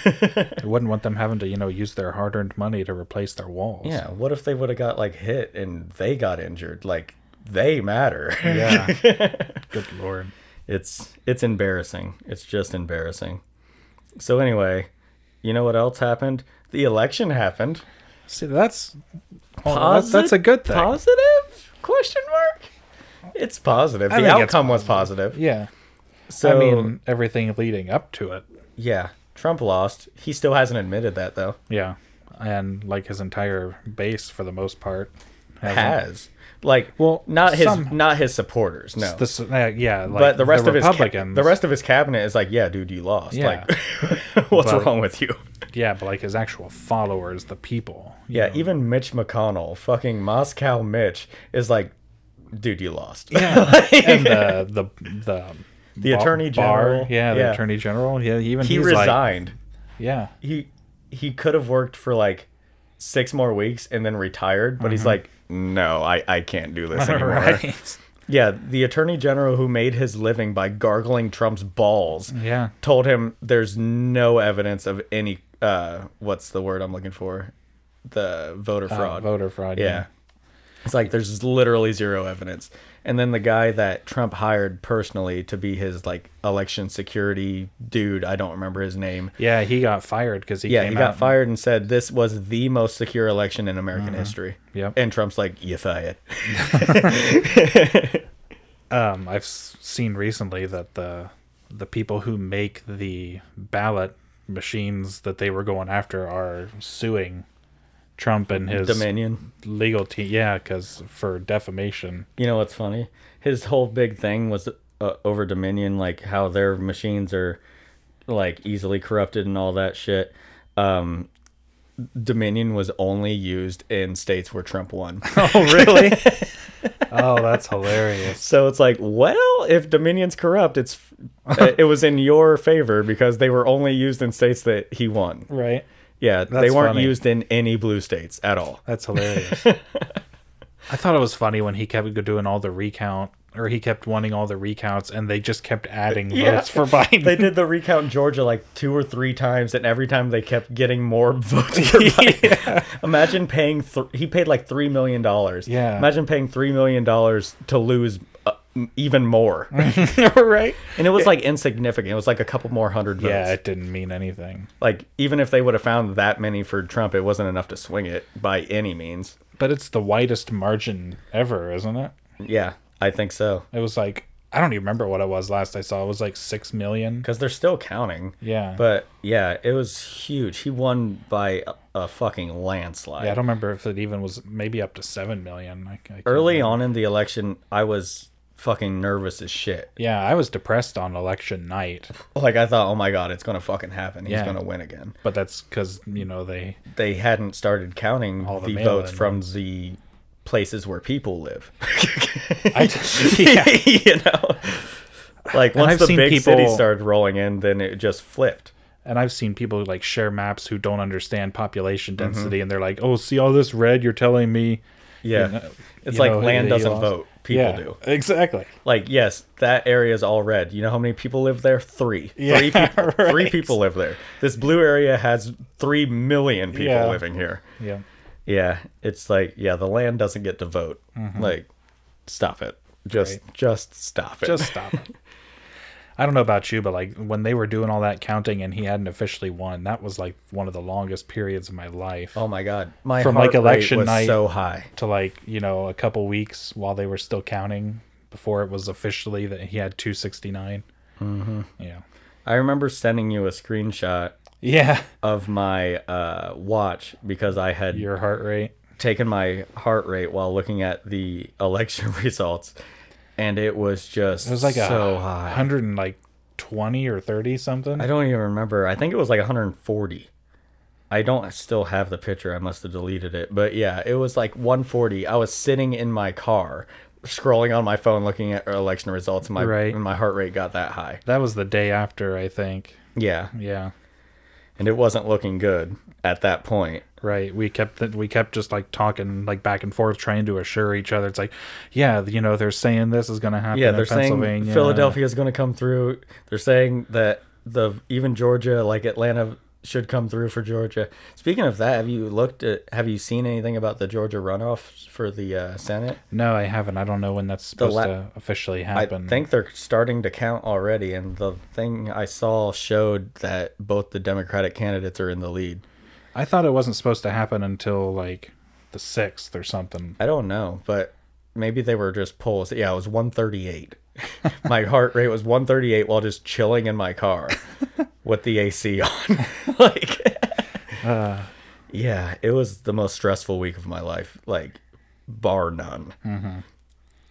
I wouldn't want them having to you know use their hard earned money to replace their walls.
Yeah, what if they would have got like hit and they got injured? Like they matter.
yeah. Good lord.
it's it's embarrassing. It's just embarrassing. So anyway, you know what else happened? The election happened.
See, that's oh, that's, that's a good thing.
Positive? Question mark? It's positive. The
I think it's
outcome was positive.
Yeah,
So
I mean everything leading up to it.
yeah, Trump lost. He still hasn't admitted that though.
Yeah, and like his entire base for the most part hasn't-
Has like
Well,
not his
some-
not his supporters. No,
The s- uh, yeah, like
but the rest of his ca-
Republicans,
the rest of his cabinet is like, yeah, dude, you lost.
Yeah.
Like, what's
But-
wrong with you?
yeah, but like his actual followers, the people. you
Yeah,
know.
even Mitch McConnell, fucking Moscow Mitch, is like, dude, you lost.
yeah, and the the the,
The
bar-
attorney
bar,
general.
yeah, the
Yeah.
attorney general, yeah, even
he
he's like,
resigned.
yeah,
he he could have worked for like six more weeks and then retired, but he's like, no, I I can't do this anymore.
Mm-hmm. right,
Yeah, the attorney general who made his living by gargling Trump's balls
yeah,
told him there's no evidence of any uh what's the word I'm looking for? The voter
fraud,
fraud.
Uh, voter fraud,
Yeah. It's like there's literally zero evidence. And then the guy that Trump hired personally to be his like election security dude, I don't remember his name.
yeah, he got fired because he
Yeah,
came
he got
out-
fired and said this was the most secure election in American history.
Mm-hmm. Yep.
And Trump's like, you fired.
Um, I've s- seen recently that the the people who make the ballot machines that they were going after are suing Trump and his
Dominion.
legal team. Yeah, because for defamation.
You know what's funny? His whole big thing was uh, over Dominion, like how their machines are like easily corrupted and all that shit. Um, Dominion was only used in states where Trump won.
Oh really? oh, that's hilarious.
So it's like, well, if Dominion's corrupt, it's uh, it was in your favor because they were only used in states that he won.
Right.
Yeah, they
That's
weren't
funny.
used in any blue states at all.
That's hilarious. I thought it was funny when he kept doing all the recount, or he kept wanting all the recounts, and they just kept adding
Yeah.
votes for Biden.
They did the recount in Georgia like two or three times, and every time they kept getting more votes. For Biden. Imagine paying th- he paid like three million dollars.
Yeah.
Imagine paying three million dollars to lose uh, m- even more, and
right?
it was like insignificant. It was like a couple more hundred votes.
Yeah, it didn't mean anything.
Like even if they would have found that many for Trump, it wasn't enough to swing it by any means.
But it's the widest margin ever, isn't it?
Yeah, I think so
It was like I don't even remember what it was last I saw. It was like six million.
because they're still counting.
Yeah,
But yeah, it was huge. He won by a, a fucking landslide.
yeah, I don't remember if it even was maybe up to seven million. I, I can't
Early
remember.
on in the election, I was fucking nervous as shit.
Yeah, I was depressed on election night,
Like I thought, oh my god, it's gonna fucking happen. He's
Yeah.
gonna win again.
but that's because you know they
They hadn't started counting
All the
the,
mail-in
votes from the places where people live.
I yeah.
you know, like once
I've
the
seen
big city
people-
started rolling in, then it just flipped.
And I've seen people like share maps who don't understand population
Mm-hmm.
density, and they're like, "Oh, see all this red? You're telling me
Yeah,
know-
it's
you
like
know who
land
he
doesn't
lost?
vote, people
Yeah,
do.
exactly."
Like yes, that area is all red. You know how many people live there? Three. three people. Three
right.
people live there. This blue area has three million people
Yeah.
living here.
Yeah,
Yeah, it's like yeah, the land doesn't get to vote.
Mm-hmm.
Like, stop it. Just just stop it.
just stop. it. I don't know about you, but like when they were doing all that counting and he hadn't officially won, that was like one of the longest periods of my life.
oh my god, my
From,
heart
like, election
rate was
night-
so high.
to like you know a couple weeks while they were still counting before it was officially that he had 269 mm-hmm. yeah
I remember sending you a screenshot
yeah
of my uh, watch because I had
your heart rate
taken my heart rate while looking at the election results, and it was just
it was like
so
a
high.
100 and like 20 or 30 something
I don't even remember. I think it was like 140. I don't still have the picture. I must have deleted it. But yeah, it was like 140. I was sitting in my car, scrolling on my phone, looking at election results, and my
Right.
and my heart rate got that high.
that was the day after i think
Yeah,
yeah
and it wasn't looking good at that point.
right we kept th- we kept just like talking like back and forth trying to assure each other it's like yeah you know they're saying this is going to happen
Yeah,
in
they're saying
Pennsylvania.
Philadelphia is going to come through. They're saying that the even Georgia, like Atlanta, should come through for Georgia. Speaking of that, have you looked at? Have you seen anything about the Georgia runoff for the uh, Senate?
no i haven't i don't know when that's supposed
la-
to officially
I
happen
think they're starting to count already, and the thing I saw showed that both the Democratic candidates are in the lead.
I thought it wasn't supposed to happen until like the sixth or something.
I don't know, but maybe they were just pulls. Yeah, it was 138. my heart rate was 138 while just chilling in my car with the AC on. like,
Uh.
yeah, it was the most stressful week of my life, like, bar none.
Mm-hmm.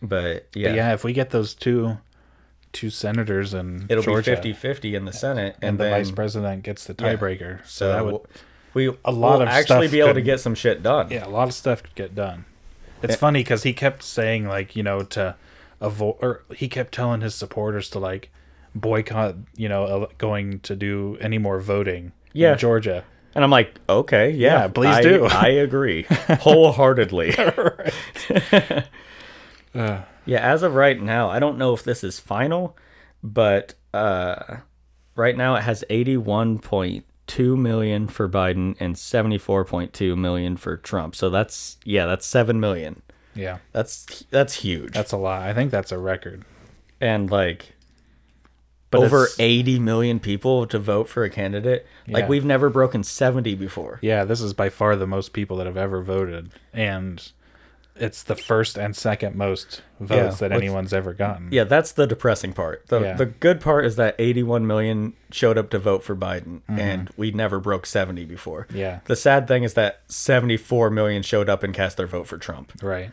But yeah,
Yeah. if we get those two two senators and
it'll
Georgia,
be 50 50 in the Senate, and,
and the
then
vice president gets the tiebreaker. So,
so
that would
we a
lot
lot
of
of actually
stuff
be able to
could-
get some shit done.
yeah, a lot of stuff could get done.
Eh.
It's funny because he kept saying like you know to avoid, or he kept telling his supporters to like boycott, you know, ele- going to do any more voting.
Yeah.
in Georgia.
And I'm like, okay, yeah,
Yeah, please
I-
do.
I agree wholeheartedly. yeah, as of right now, I don't know if this is final, but uh, right now it has 81.2 million for Biden and 74.2 million for Trump. So that's yeah, that's 7 million.
Yeah,
That's that's huge.
that's a lot. I think that's a record.
and like
But
over
it's-
80 million people to vote for a candidate.
Yeah.
Like we've never broken 70 before.
Yeah, this is by far the most people that have ever voted, and it's the first and second most votes
Yeah,
that
let's-
anyone's ever gotten.
Yeah, that's the depressing part. The,
Yeah.
the good part is that 81 million showed up to vote for Biden, and we never broke 70 before.
Mm-hmm. Yeah.
The sad thing is that 74 million showed up and cast their vote for Trump,
Right.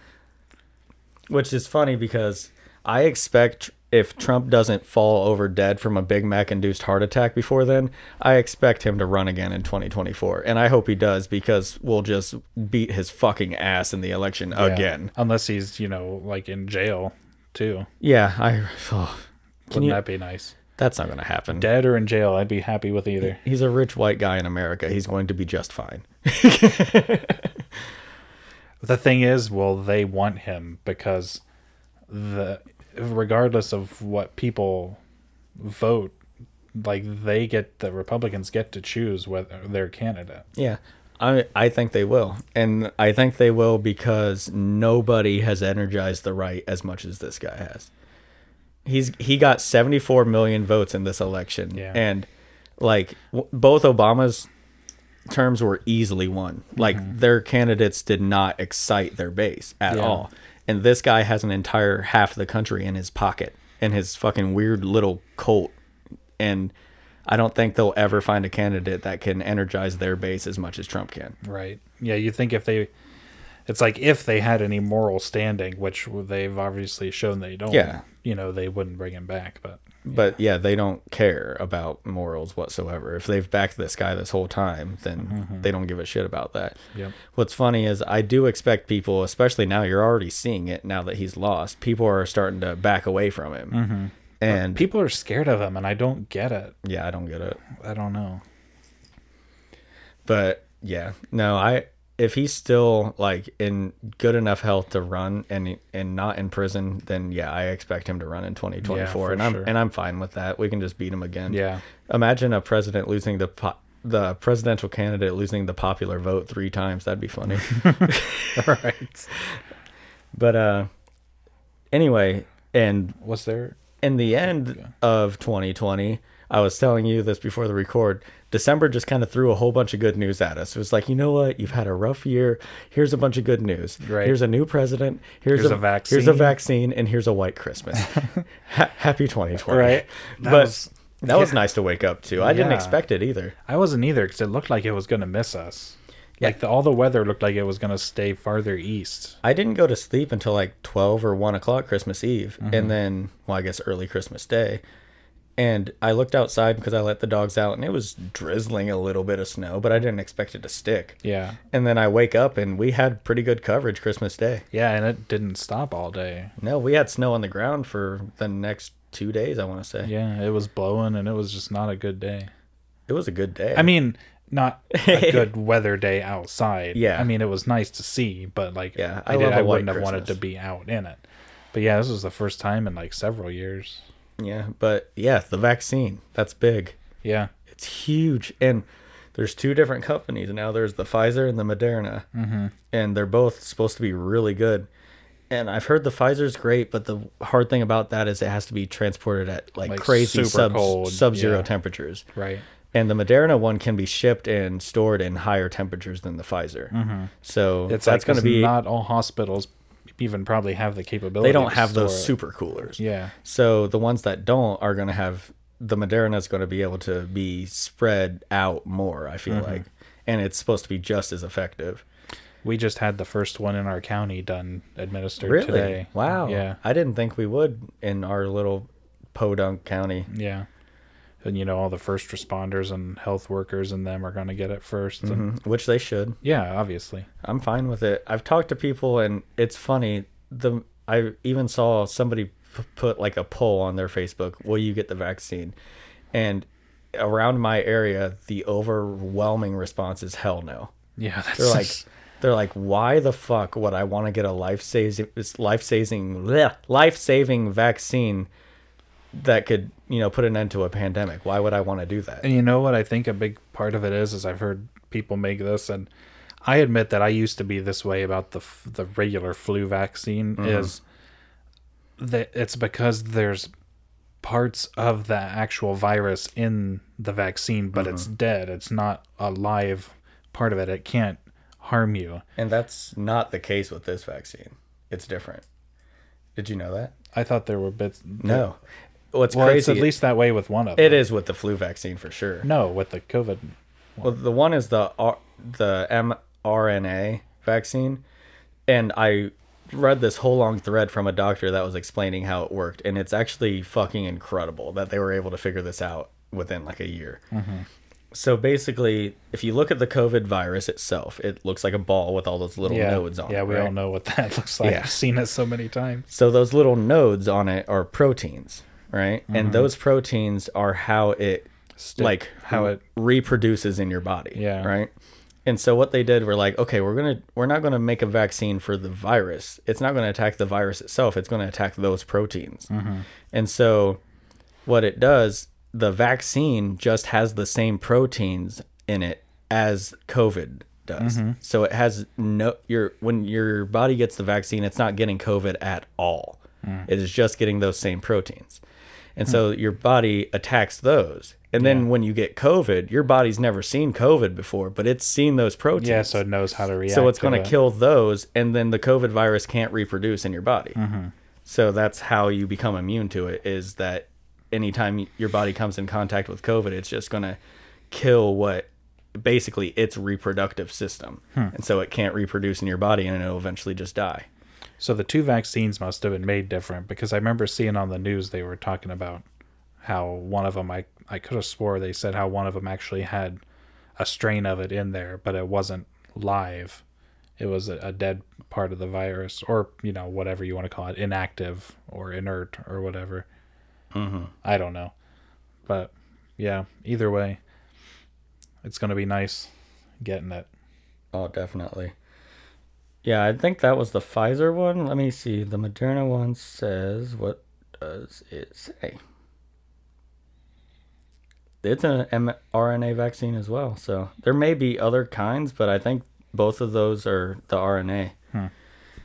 which is funny because I expect if Trump doesn't fall over dead from a Big Mac induced heart attack before then, I expect him to run again in 2024. And I hope he does because we'll just beat his fucking ass in the election
Yeah.
again.
Unless he's, you know, like in jail too.
Yeah, I. oh,
Wouldn't
you-
that be nice?
that's not going to happen.
Dead or in jail, I'd be happy with either.
He's a rich white guy in America. He's going to be just fine.
The thing is, will they want him because the regardless of what people vote, like they get the Republicans get to choose whether their candidate.
Yeah. I I think they will. And I think they will because nobody has energized the right as much as this guy has. He's he got 74 million votes in this election
Yeah.
and like w- both Obama's terms were easily won. Like their candidates did not excite their base at
Yeah.
all. And this guy has an entire half of the country in his pocket in his fucking weird little cult. And I don't think they'll ever find a candidate that can energize their base as much as Trump can.
Right. Yeah, you think if they it's like if they had any moral standing, which they've obviously shown they don't,
Yeah.
you know, they wouldn't bring him back, but
But yeah, they don't care about morals whatsoever. If they've backed this guy this whole time, then they don't give a shit about that.
Yep.
What's funny is I do expect people, especially now, you're already seeing it now that he's lost. People are starting to back away from him. And
people are scared of him and I don't get it.
yeah, I don't get it.
I don't know.
But yeah, no, I if he's still like in good enough health to run and and not in prison, then yeah, I expect him to run in 2024
for
and I'm
sure.
and I'm fine with that. We can just beat him again.
Yeah.
Imagine a president losing the po- the presidential candidate losing the popular vote 3 times. That'd be funny.
right.
but uh anyway, and
Was there
in the end of 2020, I was telling you this before the record. December just kind of threw a whole bunch of good news at us. It was like, you know what? You've had a rough year. Here's a bunch of good news.
Right.
Here's a new president. Here's,
Here's
a,
a vaccine.
Here's a vaccine, and here's a white Christmas. ha- happy 2020.
Right. That
but
was-
that was nice to wake up to. I didn't
Yeah.
expect it either.
I wasn't either because it looked like it was going to miss us. Like the, all the weather looked like it was going to stay farther east.
I didn't go to sleep until like 12 or 1 o'clock Christmas Eve.
Mm-hmm.
And then, well, I guess early Christmas Day. And I looked outside because I let the dogs out and it was drizzling a little bit of snow, but I didn't expect it to stick.
Yeah.
And then I wake up and we had pretty good coverage Christmas Day.
Yeah, and it didn't stop all day.
No, we had snow on the ground for the next two days, I want to say.
Yeah, it was blowing and it was just not a good day.
It was a good day.
I mean, not a good weather day outside.
Yeah.
I mean, it was nice to see, but like,
Yeah,
I,
I
did,
love a
I
white
wouldn't have wanted to
Christmas.
be out in it. But yeah, this was the first time in like several years.
yeah, but yeah, the vaccine, that's big.
Yeah.
It's huge. And there's two different companies now. There's the Pfizer and the Moderna, mm-hmm. and they're both supposed to be really good. And I've heard the Pfizer's great, but the hard thing about that is it has to be transported at like,
Like
crazy
super
sub
cold,
sub zero
yeah.
temperatures.
Right.
And the Moderna one can be shipped and stored in higher temperatures than the Pfizer. So
Mm-hmm. It's
that's
like,
going to
'cause
be.
not all hospitals even probably have the capability.
they don't
to
have those
store
super coolers.
it. Yeah,
So the ones that don't are going to have the Moderna is going to be able to be spread out more. I feel like, and it's supposed to be just as effective.
we just had the first one in our county done administered
Really?
today.
Wow.
Yeah.
I didn't think we would in our little Podunk County.
Yeah. And you know, all the first responders and health workers and them are going to get it 1st And
Mhm. Which they should.
yeah, obviously.
I'm fine with it. I've talked to people, and it's funny. The I even saw somebody p- put like a poll on their Facebook: "Will you get the vaccine?" And around my area, the overwhelming response is "Hell no."
Yeah, that's
They're like, they're like, "Why the fuck would I want to get a life saving, life saving, life saving vaccine that could, you know, put an end to a pandemic? Why would I want to do that?"
And you know what I think a big part of it is is I've heard people make this and I admit that I used to be this way about the f- the regular flu vaccine is that it's because there's parts of the actual virus in the vaccine but it's dead. It's not a live part of it. It can't harm you.
And that's not the case with this vaccine. It's different. Did you know that?
I thought there were bits
No. What's
Well, it's
crazy?
at least that way with one of
it
them.
is with the flu vaccine for sure.
No, with the COVID.
Well, the one is the R- the mRNA vaccine, and I read this whole long thread from a doctor that was explaining how it worked, and it's actually fucking incredible that they were able to figure this out within like a year.
Mm-hmm.
So basically, if you look at the COVID virus itself, it looks like a ball with all those little
Yeah,
nodes on it.
yeah, we
right?
all know what that looks like.
Yeah.
I've seen it so many times.
So those little nodes on it are proteins, right? And those proteins are how it
Mm-hmm. Stick-
like
how it-
reproduces in your body,
Yeah.
right? And so what they did were like, okay, we're going to we're not going to make a vaccine for the virus. It's not going to attack the virus itself. It's going to attack those proteins.
Mm-hmm.
And so what it does, the vaccine just has the same proteins in it as COVID does.
Mm-hmm.
So it has no your when your body gets the vaccine, it's not getting COVID at all.
Mm.
It is just getting those same proteins. And
Hmm.
so your body attacks those. And then when you get COVID, your body's never seen COVID before, but it's seen those proteins.
Yeah, so it knows how to react.
So it's
to
going
it.
to kill those, and then the COVID virus can't reproduce in your body.
Mm-hmm.
So that's how you become immune to it. Is that anytime your body comes in contact with COVID, it's just going to kill what basically its reproductive system,
Hmm.
and so it can't reproduce in your body, and it'll eventually just die.
So the two vaccines must have been made different because I remember seeing on the news they were talking about how one of them I I could have swore they said how one of them actually had a strain of it in there, but it wasn't live. It was a, a dead part of the virus, or you know whatever you want to call it, inactive or inert or whatever. I don't know, but yeah, either way, it's gonna be nice getting it.
Oh, definitely. Yeah, I think that was the Pfizer one. Let me see. The Moderna one says, what does it say? It's an mRNA vaccine as well. So there may be other kinds, but I think both of those are the RNA,
Hmm.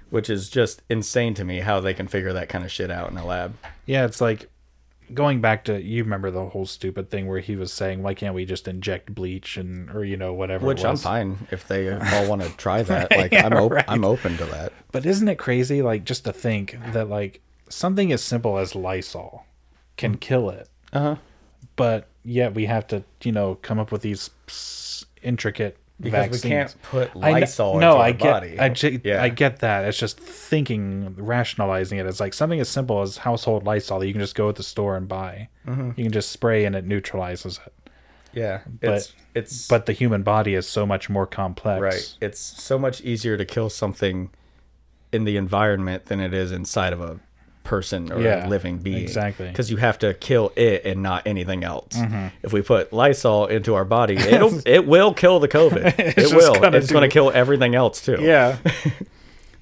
which is just insane to me how they can figure that kind of shit out in a lab.
Yeah, it's like going back to you remember the whole stupid thing where he was saying, "Why can't we just inject bleach and or you know whatever?" it
Which I'm
was."
fine if they all want to try that. Like I'm op- I'm open to that.
But isn't it crazy? Like just to think that like something as simple as Lysol can kill it,
Uh huh.
but yet we have to you know come up with these s- intricate
Because
vaccines.
we can't put
I kn-
Lysol
no,
into
I
our
get,
body.
I, ju-
Yeah.
I get that. It's just thinking, rationalizing it. It's like something as simple as household Lysol that you can just go at the store and buy.
Mm-hmm.
You can just spray and it neutralizes it.
Yeah,
But-
it's it's
but the human body is so much more complex.
right. It's so much easier to kill something in the environment than it is inside of a person or
Yeah,
a living being.
exactly. Mm-hmm.
Because you have to kill it and not anything else. If we put Lysol into our body, it'll it will kill the COVID. it
just
will.
gonna
It's going to
do-
kill everything else too.
Yeah.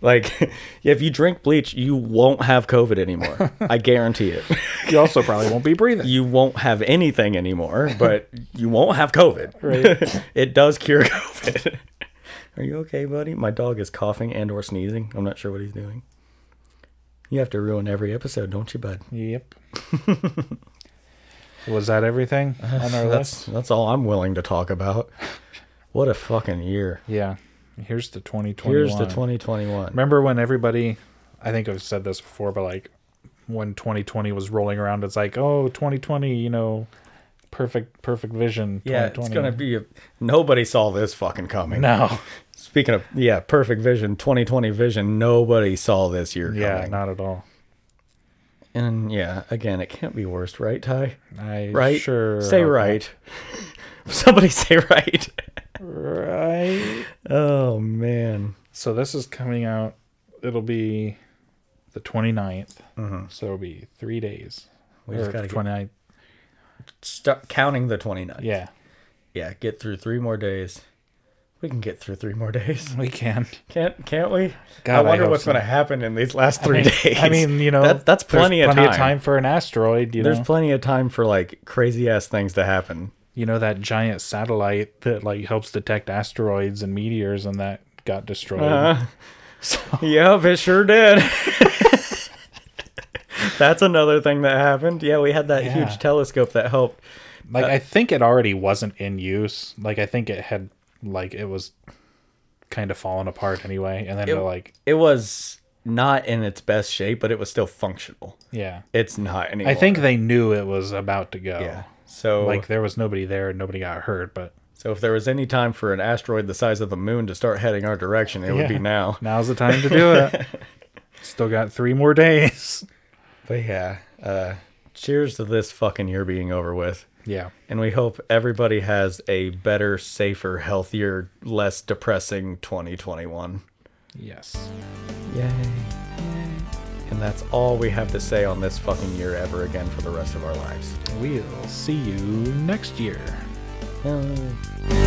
Like if you drink bleach, you won't have COVID anymore. I guarantee it.
you also probably won't be breathing.
You won't have anything anymore, but you won't have COVID. it does cure COVID. Are you okay, buddy? My dog is coughing and or sneezing. I'm not sure what he's doing. You have to ruin every episode, don't you, bud?
Yep. Was that everything on our
That's
list?
that's all I'm willing to talk about. What a fucking year.
Yeah. Here's the 2021.
Here's the 2021.
Remember when everybody, I think I've said this before, but like when 2020 was rolling around, it's like, oh, 2020, you know, perfect, perfect vision.
Yeah, it's
2020.
gonna be. A, nobody saw this fucking coming.
No.
Speaking of yeah, perfect vision, 2020 vision. Nobody saw this year
Yeah,
coming.
not at all.
and yeah, again, it can't be worse, right, Ty?
I
Right?
sure.
Say
hope
right. Somebody say right.
not. Right.
Oh man.
So this is coming out. It'll be the 29th. So it'll be three days.
Mm-hmm. We just
Or
gotta get-
29th.
Stop counting the 29.
Yeah,
Yeah. Get through three more days. We can get through three more days.
we can.
Can't can't we?
Mm. God,
I
I
wonder
hope
what's
so.
going to happen in these last three days.
I mean, you know,
That- that's
there's
plenty, of, time.
for an asteroid. You
There's
know,
plenty of time for like crazy ass things to happen.
you know that giant satellite that like helps detect asteroids and meteors, and that got destroyed.
Uh-huh. So- yep, it sure did. That's another thing that happened. Yeah, we had that
Yeah.
huge telescope that helped. Uh,
Like I think it already wasn't in use. Like I think it had like it was kind of fallen apart anyway, and then they're like,
It was not in its best shape, but it was still functional.
yeah.
It's not anymore.
I think they knew it was about to go.
uh, yeah. So
Like there was nobody there, and nobody got hurt, but
so if there was any time for an asteroid the size of the moon to start heading our direction, it would be
Yeah.
now.
now's the time to do it. Still got three more days.
But yeah, uh, cheers to this fucking year being over with.
Yeah.
And we hope everybody has a better, safer, healthier, less depressing 2021.
Yes.
Yay. And that's all we have to say on this fucking year ever again for the rest of our lives.
We'll see you next year.
Oh.